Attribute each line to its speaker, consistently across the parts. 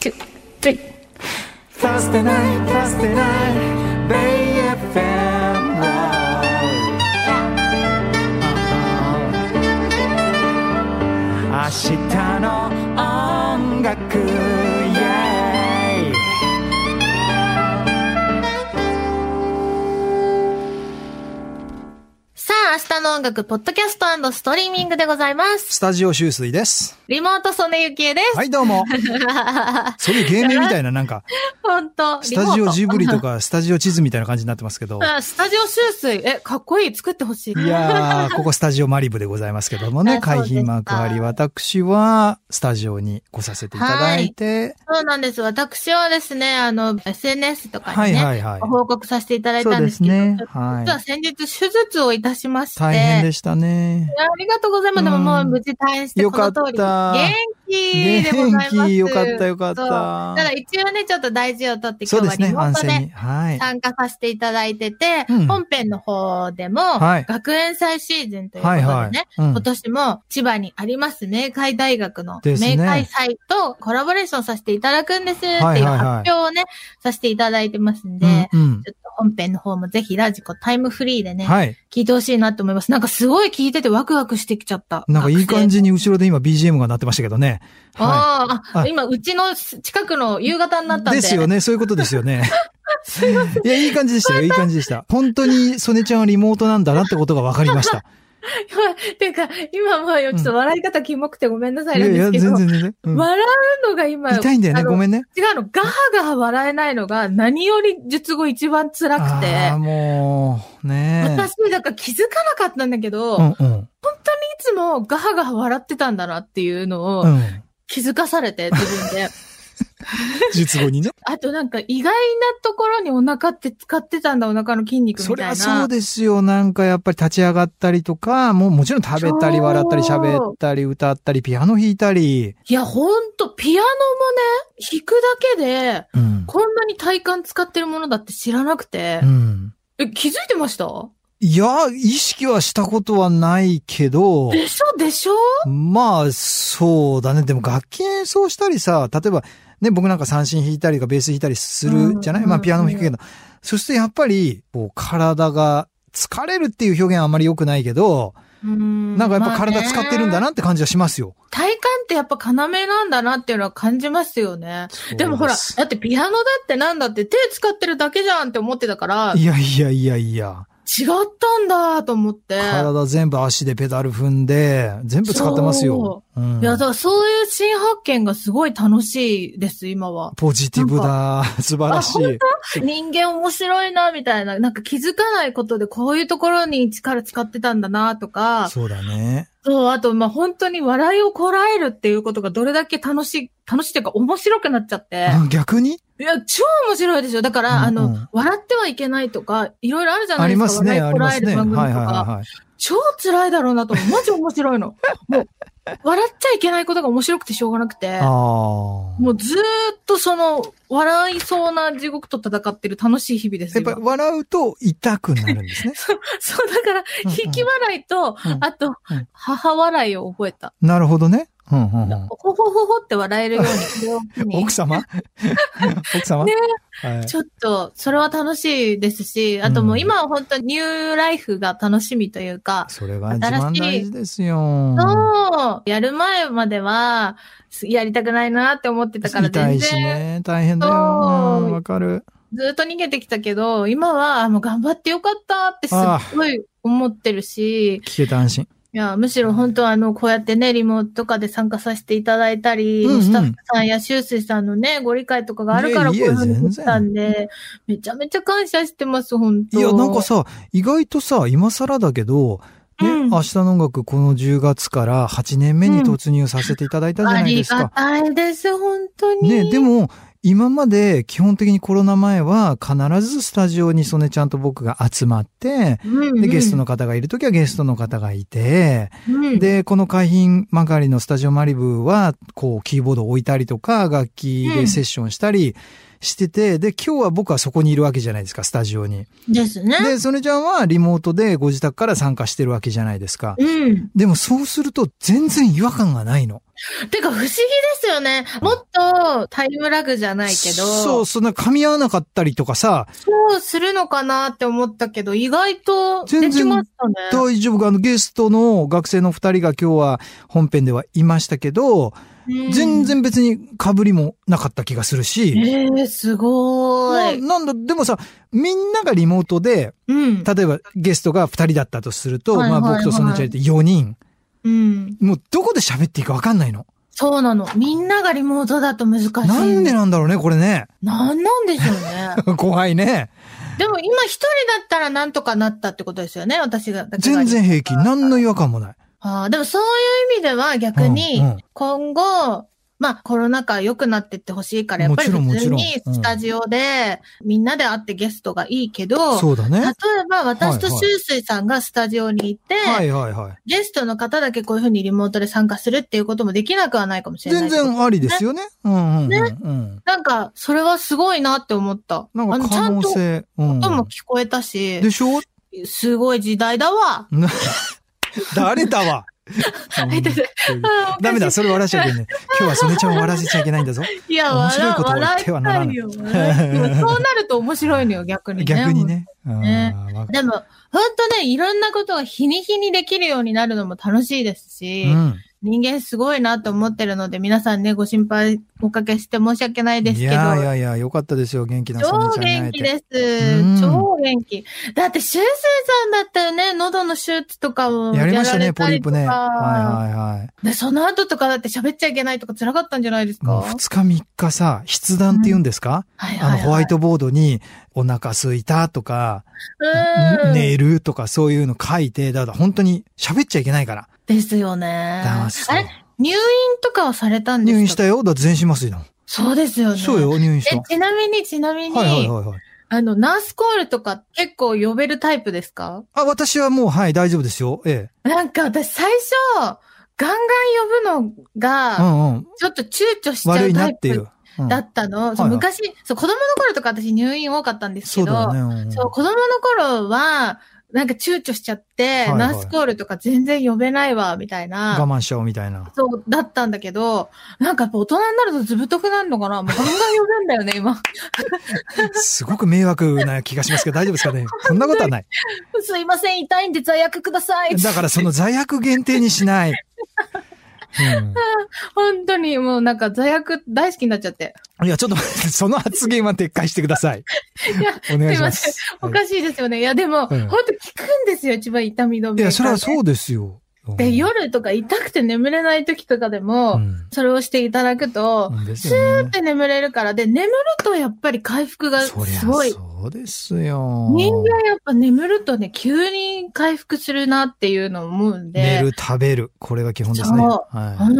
Speaker 1: two, three.
Speaker 2: Thursday night, Thursday night, Bay FM Live. 明日の音楽 yeah
Speaker 1: さあ、明日の音楽、ポッドキャストストリーミングでございます。
Speaker 3: スタジオ周水です。
Speaker 1: リモート曽根ゆきえです。
Speaker 3: はい、どう も。そういう芸名みたいな、なんか、
Speaker 1: 本当
Speaker 3: スタジオジブリと
Speaker 1: か。
Speaker 3: か、スタジオ地図みたいな感じになってます けど。
Speaker 1: あスタジオ周水。え、かっこいい。作ってほしい。
Speaker 3: いやー、ここスタジオマリブでございますけども
Speaker 1: あ
Speaker 3: ね、
Speaker 1: そう
Speaker 3: 海
Speaker 1: ですか
Speaker 3: 浜幕張、私はスタジオに来させていただいて、
Speaker 1: そうなんです。私はですね、あの、SNS とか
Speaker 3: は
Speaker 1: に
Speaker 3: い
Speaker 1: ね、
Speaker 3: はいはい
Speaker 1: ご。報告させていただいたんですけど、
Speaker 3: そうですねはい
Speaker 1: 実は先日手術をいたしまして、
Speaker 3: 大変でしたね
Speaker 1: い。やありがとうございます。でも
Speaker 3: うん
Speaker 1: もう無事退院して、
Speaker 3: よ
Speaker 1: こ
Speaker 3: か
Speaker 1: の
Speaker 3: った
Speaker 1: 通り。元気でございま
Speaker 3: 元
Speaker 1: す。
Speaker 3: 気、よかったよかっ
Speaker 1: そうただ
Speaker 3: た。
Speaker 1: 一応ね、ちょっと大事をとって、
Speaker 3: そ
Speaker 1: 今
Speaker 3: う
Speaker 1: 日
Speaker 3: で
Speaker 1: は
Speaker 3: す
Speaker 1: リ
Speaker 3: ね、
Speaker 1: モート
Speaker 3: 安静
Speaker 1: で
Speaker 3: に。はい。
Speaker 1: 参加させていただいてて、
Speaker 3: うん
Speaker 1: 本編の方でも、
Speaker 3: はい
Speaker 1: 学園祭シーズンということ
Speaker 3: は
Speaker 1: で
Speaker 3: い
Speaker 1: ね、
Speaker 3: はい。うん
Speaker 1: 今年も千葉にあります明海大学の明
Speaker 3: ですね
Speaker 1: 海祭とコラボレーションさせていただくんですっていう
Speaker 3: はいはいはい
Speaker 1: 発表をね、させていただいてますんで、
Speaker 3: うん
Speaker 1: ちょっと本編の方もぜひラジコタイムフリーで
Speaker 3: うん。
Speaker 1: ね、
Speaker 3: はい。
Speaker 1: 聞いてほしいなと思います。なんかすごい聞いててワクワクしてきちゃった。
Speaker 3: なんかいい感
Speaker 1: 学生。
Speaker 3: じに後ろで今 BGM が鳴ってましたけどね。は
Speaker 1: あーあ、
Speaker 3: あ
Speaker 1: 今、うちの近くの夕方になったん
Speaker 3: い。
Speaker 1: で。
Speaker 3: ですよね、そういうことですよね。いや、いい感じでしたよ、いい感じでした。本当に、曽根ちゃんはリモートなんだなってことが分かりました。
Speaker 1: ていうか、 今もうちょっと笑い方キモくてごめんなさい
Speaker 3: い
Speaker 1: な
Speaker 3: や
Speaker 1: ん
Speaker 3: い
Speaker 1: です
Speaker 3: や、
Speaker 1: けど、
Speaker 3: 全然全然。うん
Speaker 1: 笑うのが今、
Speaker 3: 痛いんだよ
Speaker 1: あ
Speaker 3: ね。
Speaker 1: の
Speaker 3: ごめんね。
Speaker 1: 違うの、ガハガハ笑えないのが何より術後一番辛くて、
Speaker 3: ああ、もう、ねえ。
Speaker 1: 私、だから気づかなかったんだけど、
Speaker 3: う
Speaker 1: い
Speaker 3: んうん。
Speaker 1: つもガハガハ笑ってたんだなっていうの
Speaker 3: う
Speaker 1: を
Speaker 3: ん。
Speaker 1: 気づかされて、自分で。
Speaker 3: 術後にね。
Speaker 1: あとなんか意外なところにお腹って使ってたんだ、お腹の筋肉みた
Speaker 3: そ
Speaker 1: い
Speaker 3: り
Speaker 1: な。
Speaker 3: ゃそうですよ。なんかやっぱり立ち上がったりとか、もうもちろん食べたり
Speaker 1: そう
Speaker 3: 笑ったり喋ったり歌ったりピアノ弾いたり。
Speaker 1: いや、ほんと、ピアノもね、弾くだけで、
Speaker 3: うん。
Speaker 1: こんなに体幹使ってるものだって知らなくて
Speaker 3: う、ん。
Speaker 1: え、気づいてました
Speaker 3: いや、意識はしたことはないけど、
Speaker 1: でしょでしょ
Speaker 3: まあ、そうだね。でも楽器演奏したりさ、例えば、ね、僕なんか三振弾いたりとかベース弾いたりするじゃない、
Speaker 1: うん
Speaker 3: まあ、ピアノも弾くけど。そしてやっぱり、こう、体が疲れるっていう表現はあんまり良くないけど、
Speaker 1: な
Speaker 3: なんかやっぱ体使ってるんだなって感じはしますよ。
Speaker 1: 体幹ってやっぱ要なんだなっていうのは感じますよね。でもほら、
Speaker 3: そう
Speaker 1: だってピアノだってなんだって手使ってるだけじゃんって思ってたから、
Speaker 3: で
Speaker 1: 違っ
Speaker 3: すいやいやいやいや。
Speaker 1: たんだと思って。
Speaker 3: 体全部足でペダル踏んで、全部使ってますよ。うん
Speaker 1: いや、だからそういう新発見がすごい楽しいです、今は。
Speaker 3: ポジティブだ。 素晴らしい。
Speaker 1: 人間面白いな、みたいな。なんか気づかないことでこういうところに力使ってたんだな、とか。
Speaker 3: そうだね。
Speaker 1: そう、あと、まあ、本当に笑いをこらえるっていうことがどれだけ楽しい、楽しいっていうか面白くなっちゃって。
Speaker 3: あ逆に
Speaker 1: いや、超面白いですよ。だから、
Speaker 3: うん
Speaker 1: あ
Speaker 3: う
Speaker 1: の
Speaker 3: ん、
Speaker 1: 笑ってはいけないとか、いろいろあるじゃな
Speaker 3: あ
Speaker 1: いで
Speaker 3: り
Speaker 1: すか。
Speaker 3: ますね、
Speaker 1: 笑
Speaker 3: あ
Speaker 1: いこ
Speaker 3: りま
Speaker 1: らえ
Speaker 3: す
Speaker 1: る
Speaker 3: ね。は
Speaker 1: 番
Speaker 3: い
Speaker 1: 組とか、
Speaker 3: はいはいはい。
Speaker 1: 超辛いだろうなと思う。マジ面白いの。もう、笑っちゃいけないことが面白くてしょうがなくて。
Speaker 3: ああ。
Speaker 1: もうずーっとその、笑いそうな地獄と戦ってる楽しい日々です
Speaker 3: やっ
Speaker 1: よ。
Speaker 3: ぱ笑うと痛くなるんですね。
Speaker 1: そう、だから、
Speaker 3: うんうん
Speaker 1: 引き笑いと、
Speaker 3: うん
Speaker 1: あと
Speaker 3: うん、
Speaker 1: 母笑いを覚えた。
Speaker 3: なるほどね。うんうんうん
Speaker 1: ほほほほって笑えるよう に。
Speaker 3: 奥 様奥様
Speaker 1: ね
Speaker 3: はい
Speaker 1: ちょっと、それは楽しいですし、あともう今は本当にニューライフが楽しみというか、
Speaker 3: それが一番大事ですよ。
Speaker 1: そう、やる前までは、すやりたくないなって思ってたから
Speaker 3: 痛
Speaker 1: 全
Speaker 3: いし
Speaker 1: 然、
Speaker 3: ね。大変だよ。う
Speaker 1: そうん
Speaker 3: わかる。
Speaker 1: ずっと逃げてきたけど、今はあもう頑張ってよかったってす
Speaker 3: ああ
Speaker 1: っごい思ってるし、
Speaker 3: 聞けた安心。
Speaker 1: いや、むしろ本当はあの、こうやってね、リモートとかで参加させていただいたり、
Speaker 3: うんうん
Speaker 1: スタッフさんや修水さんのね、ご理解とかがあるからこう
Speaker 3: い
Speaker 1: い
Speaker 3: えいうえ
Speaker 1: ふうにできたんで、めちゃめちゃ感謝してます、本当
Speaker 3: いや、なんかさ、意外とさ、今更だけど、ね、
Speaker 1: うん
Speaker 3: 明日の音楽この10月から8年目に突入させていただいたじゃないです
Speaker 1: ありが
Speaker 3: か。
Speaker 1: たいです、本当に。
Speaker 3: ね、でも、今まで基本的にコロナ前は必ずスタジオに曽根ちゃんと僕が集まって、
Speaker 1: うんうん、
Speaker 3: で、ゲストの方がいるときはゲストの方がいて、
Speaker 1: うん、
Speaker 3: で、この海浜曲がりのスタジオマリブは、こう、キーボードを置いたりとか、楽器でセッションしたりしてて、で、今日は僕はそこにいるわけじゃないですか、スタジオに。
Speaker 1: ですね。
Speaker 3: で、ソネちゃんはリモートでご自宅から参加してるわけじゃないですか。
Speaker 1: うん。
Speaker 3: でもそうすると全然違和感がないの。
Speaker 1: てか不思議ですよね。もっとタイムラグじゃないけど、
Speaker 3: そう、そんな噛み合わなかったりとかさ、
Speaker 1: そうするのかなって思ったけど、意外とできましたね。
Speaker 3: 大丈夫か、あのゲストの学生の二人が今日は本編ではいましたけど、
Speaker 1: うん
Speaker 3: 全。然別に被りもなかった気がするし、
Speaker 1: えー、すご
Speaker 3: な
Speaker 1: ーい。
Speaker 3: なんだ、でもさ、みんながリモートで、
Speaker 1: うん。
Speaker 3: 例えばゲストが二人だったとすると、
Speaker 1: はい
Speaker 3: まあ
Speaker 1: はい
Speaker 3: 僕とそのチャリって4人、
Speaker 1: うん。
Speaker 3: もうどこで喋っていいかわかんないの。
Speaker 1: そうなの。みんながリモートだと難しい。
Speaker 3: なんでなんだろうね、これね。
Speaker 1: なんなんでしょうね。
Speaker 3: 怖いね。
Speaker 1: でも今一人だったらなんとかなったってことですよね、私が。
Speaker 3: 全然平気。何の違和感もない。
Speaker 1: ああ、でもそういう意味では逆に
Speaker 3: うんうん、
Speaker 1: 今後、まあコロナ禍良くなってってほしいから、やっぱり
Speaker 3: もちろん
Speaker 1: 普通
Speaker 3: も
Speaker 1: に
Speaker 3: ちろんう
Speaker 1: ス
Speaker 3: ん
Speaker 1: タジオでみんなで会ってゲストがいいけど、
Speaker 3: そうだ
Speaker 1: 例え
Speaker 3: ね。
Speaker 1: ば私と
Speaker 3: はいはい
Speaker 1: シュウスイさんがスタジオにいて、
Speaker 3: はいはいはい。
Speaker 1: ゲストの方だけこういうふうにリモートで参加するっていうこともできなくはないかもしれない。
Speaker 3: 全。然ありですよね。うんうんうんうん。
Speaker 1: なんか、それはすごいなって思った。
Speaker 3: なんか
Speaker 1: あ
Speaker 3: 可
Speaker 1: の
Speaker 3: 能
Speaker 1: ちゃんと
Speaker 3: 性。う
Speaker 1: 音も
Speaker 3: ん。
Speaker 1: 聞こえたし、
Speaker 3: でしょ
Speaker 1: すごい時代だわ。
Speaker 3: な誰だわ。うんダメだ、それ笑っちゃいけない。今日はすねちゃんを笑わせちゃいけないんだぞ。
Speaker 1: いや、
Speaker 3: 面白い
Speaker 1: 笑
Speaker 3: ことを言ってはなら
Speaker 1: 笑
Speaker 3: な
Speaker 1: いたい
Speaker 3: い
Speaker 1: よ。笑いたいそうなると面白いのよ、逆にね。
Speaker 3: 逆に。ね。
Speaker 1: ね
Speaker 3: うんわか
Speaker 1: でも、ほんとね、いろんなことが日に日にできるようになるのも楽しいですし、
Speaker 3: う
Speaker 1: 人間すごいなと思ってるので、皆さんね、ご心配おかけして申し訳ないで
Speaker 3: ん。
Speaker 1: す
Speaker 3: い
Speaker 1: けど、
Speaker 3: やいやいや、よかったですよ。元気な
Speaker 1: 超
Speaker 3: すねちゃん
Speaker 1: 元
Speaker 3: に会え
Speaker 1: 気
Speaker 3: て。
Speaker 1: です
Speaker 3: うん。
Speaker 1: 超元気。だって、修正さんだったよね、喉の手術とかを
Speaker 3: やりましたね、
Speaker 1: や
Speaker 3: ポ
Speaker 1: られ
Speaker 3: リ
Speaker 1: り
Speaker 3: ー
Speaker 1: と
Speaker 3: プ
Speaker 1: か
Speaker 3: ね。はいはいはい。
Speaker 1: で、その後とかだって喋っちゃいけないとか辛かったんじゃないですか
Speaker 3: もう二日三日さ、筆談って言うんですか
Speaker 1: はい
Speaker 3: あ
Speaker 1: はいは
Speaker 3: の、
Speaker 1: い
Speaker 3: ホワイトボードに、お腹すいたとか、
Speaker 1: うん。
Speaker 3: 寝るとかそういうの書いて、だから本当に喋っちゃいけないから。
Speaker 1: ですよね。
Speaker 3: だからそう
Speaker 1: あれ入院とかはされたんですか
Speaker 3: 入院したよ。だって全身麻酔だもん。
Speaker 1: そうですよね。
Speaker 3: そう。よ、入院した。
Speaker 1: え、
Speaker 3: は
Speaker 1: ちなみに、ちなみ
Speaker 3: い
Speaker 1: に、
Speaker 3: はいはいはい。
Speaker 1: あの、ナースコールとか結構呼べるタイプですか
Speaker 3: あ、私はもう、はい、大丈夫ですよ。え
Speaker 1: なんか私最初、ガンガン呼ぶの
Speaker 3: え。う
Speaker 1: が、
Speaker 3: んうん。
Speaker 1: ちょっと躊躇しちゃ
Speaker 3: 悪
Speaker 1: う
Speaker 3: い
Speaker 1: タ
Speaker 3: なっ
Speaker 1: イ
Speaker 3: ていう
Speaker 1: プ。
Speaker 3: うん
Speaker 1: だったの。そう
Speaker 3: はいはい
Speaker 1: 昔、そう、子供の頃とか私入院多かったんですけ
Speaker 3: そう
Speaker 1: ど、
Speaker 3: だよね。うん
Speaker 1: そう、子供の頃は、なんか躊躇しちゃって、
Speaker 3: いはい
Speaker 1: ナースコールとか全然呼べないわ、みたいな。
Speaker 3: 我慢しちゃおうみたいな。
Speaker 1: そう、だったんだけど、なんかやっぱ大人になるとずぶとくなるのかなもうガンガン呼ぶんだよね、今。
Speaker 3: すごく迷惑な気がしますけど、大丈夫で すかねそんなことはない。
Speaker 1: すいません、痛いんで罪悪ください。
Speaker 3: だからその罪悪限定にしない。
Speaker 1: 本当にもうなんか罪悪大好きになっちゃって。
Speaker 3: うん、いや、ちょっと待って、 その発言は撤回してください。お願いします。
Speaker 1: おかしいですよね。いや、でも、
Speaker 3: う
Speaker 1: 本当
Speaker 3: ん
Speaker 1: 効くんですよ、一番痛み止
Speaker 3: い
Speaker 1: め。
Speaker 3: や、それは
Speaker 1: う
Speaker 3: そ。うですよ。うん
Speaker 1: で、、夜とか痛くて眠れない時とかでも、
Speaker 3: うん
Speaker 1: それをしていただくと
Speaker 3: う、んですよね
Speaker 1: で眠れるから、で、眠るとやっぱり回復が
Speaker 3: そりゃ
Speaker 1: すごい。
Speaker 3: そうですよ。
Speaker 1: 人間やっぱ眠るとね、急に回復するなっていうのを思うんで。
Speaker 3: 寝る、食べる。これが基本ですね。
Speaker 1: そう
Speaker 3: は
Speaker 1: ほ
Speaker 3: い。
Speaker 1: ん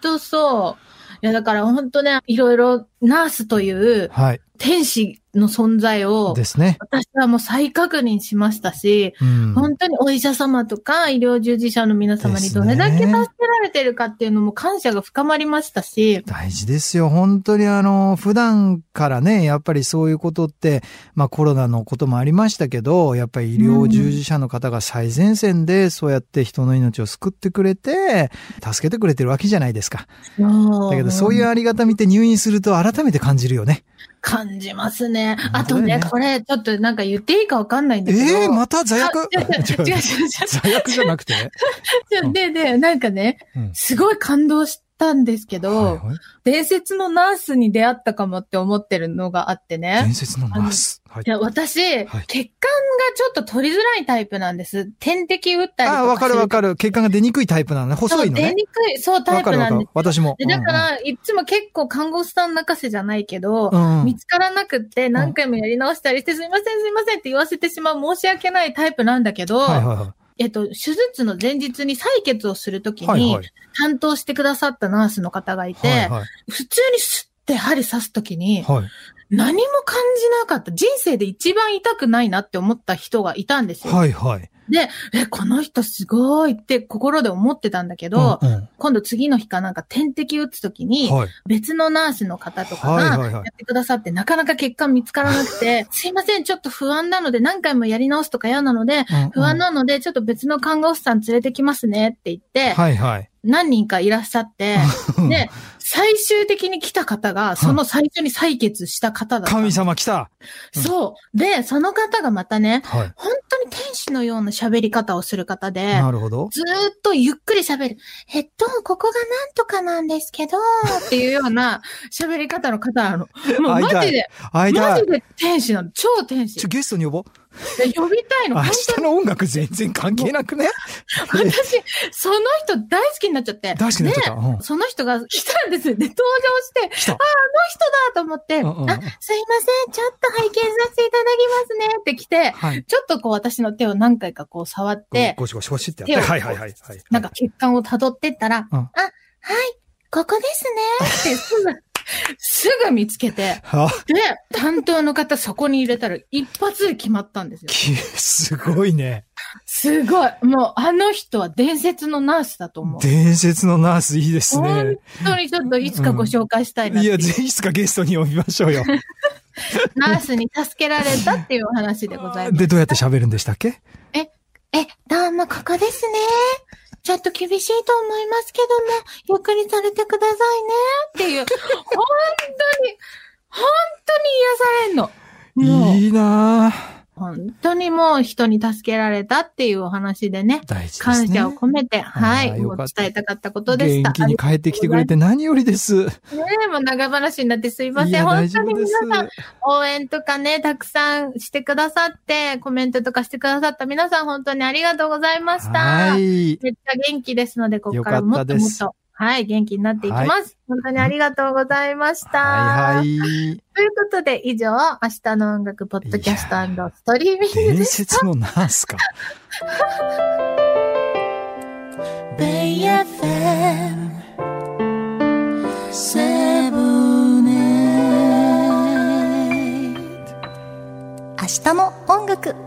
Speaker 1: とそう。いや、だからほんとね、いろいろナースという
Speaker 3: はい。
Speaker 1: 天使の存在を、
Speaker 3: ですね。
Speaker 1: 私はもう再確認しましたし、
Speaker 3: うん。
Speaker 1: 本当にお医者様とか医療従事者の皆様にどれだけ
Speaker 3: です
Speaker 1: 助け
Speaker 3: ね
Speaker 1: られてるかっていうのも感謝が深まりましたし、
Speaker 3: 大事ですよ。本当にあの、普段からね、やっぱりそういうことって、まあコロナのこともありましたけど、やっぱり医療従事者の方が最前線で、そうやって人の命を救ってくれて、助けてくれてるわけじゃないですか。
Speaker 1: だ
Speaker 3: だけどそういうありがたみって入院すると改めて感じるよね。
Speaker 1: 感じますね。
Speaker 3: 本
Speaker 1: あと
Speaker 3: 当だよね
Speaker 1: ね、これちょっとなんか言っていいかわかんないんだ
Speaker 3: え
Speaker 1: けど。
Speaker 3: えまた罪悪
Speaker 1: あ違う違う違う違う
Speaker 3: 罪悪じゃなくて、
Speaker 1: 違うで、で、なんかね、
Speaker 3: うん
Speaker 1: すごい感動したんですけど、
Speaker 3: はいはい
Speaker 1: 伝説のナースに出会ったかもって思ってるのがあってね。
Speaker 3: 伝説のナース。はい
Speaker 1: い。や私、血管がちょっと取りづらいタイプなんです。点滴打ったりとかする。
Speaker 3: ああ、わかるわかる。血管が出にくいタイプなのね。
Speaker 1: そう
Speaker 3: 細いの
Speaker 1: 出
Speaker 3: ね。
Speaker 1: にくい、そうタ
Speaker 3: わ
Speaker 1: イプ
Speaker 3: かるわ
Speaker 1: な
Speaker 3: か
Speaker 1: ん
Speaker 3: る
Speaker 1: で。
Speaker 3: 私も。
Speaker 1: す。でだから、いつも結構看護師さん泣かせじゃないけど、
Speaker 3: うんうん、うん
Speaker 1: 見つからなくって何回もやり直したりして、すいませんすいませんって言わせてしまう申し訳ないタイプなんだけど、
Speaker 3: はいはいはい。
Speaker 1: えっと、手術の前日に採血をするとき
Speaker 3: はい
Speaker 1: に
Speaker 3: はい、
Speaker 1: 担当してくださったナースの方がいて、
Speaker 3: はいは
Speaker 1: 普通にスッて針刺すときに
Speaker 3: い。、はい。
Speaker 1: 何も感じなかった。人生で一番痛くないなって思った人がいたんですよ。
Speaker 3: はいはい。
Speaker 1: で、え、この人すごいって心で思ってたんだけど、
Speaker 3: うんうん
Speaker 1: 今度次の日かなんか点滴打つときに、
Speaker 3: はい。
Speaker 1: 別のナースの方とかが
Speaker 3: はいはいはい
Speaker 1: やってくださって、なかなか結果見つからなくて、すいません、ちょっと不安なので、何回もやり直すとか嫌なので、
Speaker 3: うんうん
Speaker 1: 不安なので、ちょっと別の看護師さん連れてきますねって言って、
Speaker 3: はいはい。
Speaker 1: 何人かいらっしゃって、
Speaker 3: うん
Speaker 1: で、最終的に来た方が、その最初に採血した方だった。
Speaker 3: 神様来た
Speaker 1: そう。で、その方がまたね、
Speaker 3: はい。
Speaker 1: 本当に天使のような喋り方をする方で、
Speaker 3: なるほど。
Speaker 1: ずーっとゆっくり喋る。えっと、ここがなんとかなんですけ ど、っていうような喋り方の方なの。もう
Speaker 3: 会いた
Speaker 1: マ
Speaker 3: い
Speaker 1: ジで、
Speaker 3: 会い
Speaker 1: マ
Speaker 3: た
Speaker 1: ジ
Speaker 3: い。
Speaker 1: で天使なの。超天
Speaker 3: ち
Speaker 1: 使
Speaker 3: ょ、。ゲストに呼ぼう。
Speaker 1: で呼びたいの。
Speaker 3: 明
Speaker 1: 本
Speaker 3: 日の音楽全然関係な くね
Speaker 1: 当に私、その人大好きになっちゃって。
Speaker 3: 大好きになっちゃった。うん
Speaker 1: でその人が来たんですよ。で、登場して、
Speaker 3: 来た
Speaker 1: あ、あの人だと思って、
Speaker 3: うんうん
Speaker 1: あ、すいません、ちょっと拝見させていただきますねって来て、
Speaker 3: はい。
Speaker 1: ちょっとこう私の手を何回かこう触って、
Speaker 3: ゴシゴシゴシってやっ
Speaker 1: 手
Speaker 3: て。
Speaker 1: を
Speaker 3: はいはいはいはい。
Speaker 1: なんか血管を辿ってったら、
Speaker 3: う
Speaker 1: あ、
Speaker 3: ん
Speaker 1: はい、ここですねってすぐ、すぐ見つけて、
Speaker 3: あ、
Speaker 1: で、担当の方そこに入れたら一発で決まったんですよ。
Speaker 3: きすごいね。
Speaker 1: すごい。もうあの人は伝説のナースだと思う。
Speaker 3: 伝説のナースいいですね
Speaker 1: 本。当にちょっといつかご紹介したいなっ
Speaker 3: い
Speaker 1: ていう、
Speaker 3: や、ぜひいつかゲストに呼びましょうよ。
Speaker 1: ナースに助けられたっていうお話でございます。
Speaker 3: で、どうやって喋るんでしたっけ
Speaker 1: え、どうもここですね。ちょっと厳しいと思いますけども、ゆっくりされてくださいね。っていう、本当に、本当に癒されんの。もう、
Speaker 3: いいなぁ。
Speaker 1: 本当にもう人に助けられたっていうお話でね、
Speaker 3: 大事です
Speaker 1: 感
Speaker 3: ね。
Speaker 1: 謝を込めて、はい、
Speaker 3: あーよ
Speaker 1: も
Speaker 3: か
Speaker 1: う
Speaker 3: った
Speaker 1: 伝えたかったことでした。
Speaker 3: 元気に帰ってきてくれて何よりです。す
Speaker 1: ねえ、もう長話になってすいま
Speaker 3: い
Speaker 1: せん。
Speaker 3: や、
Speaker 1: 本
Speaker 3: 大丈
Speaker 1: 当に
Speaker 3: 夫で
Speaker 1: 皆
Speaker 3: す。
Speaker 1: さん、応援とかね、たくさんしてくださって、コメントとかしてくださった皆さん、本当にありがとうございました。
Speaker 3: はい。
Speaker 1: めっちゃ元気ですので、ここから
Speaker 3: よか
Speaker 1: も
Speaker 3: った
Speaker 1: っ
Speaker 3: で
Speaker 1: と
Speaker 3: す
Speaker 1: もっと、はい、元気になっていきます。本当にありがとうございました。
Speaker 3: はいはい。
Speaker 1: ということで、以上、明日の音楽、ポッドキャストストリーミング
Speaker 3: 伝
Speaker 1: です。
Speaker 3: 説のナースか。
Speaker 4: 明日の音楽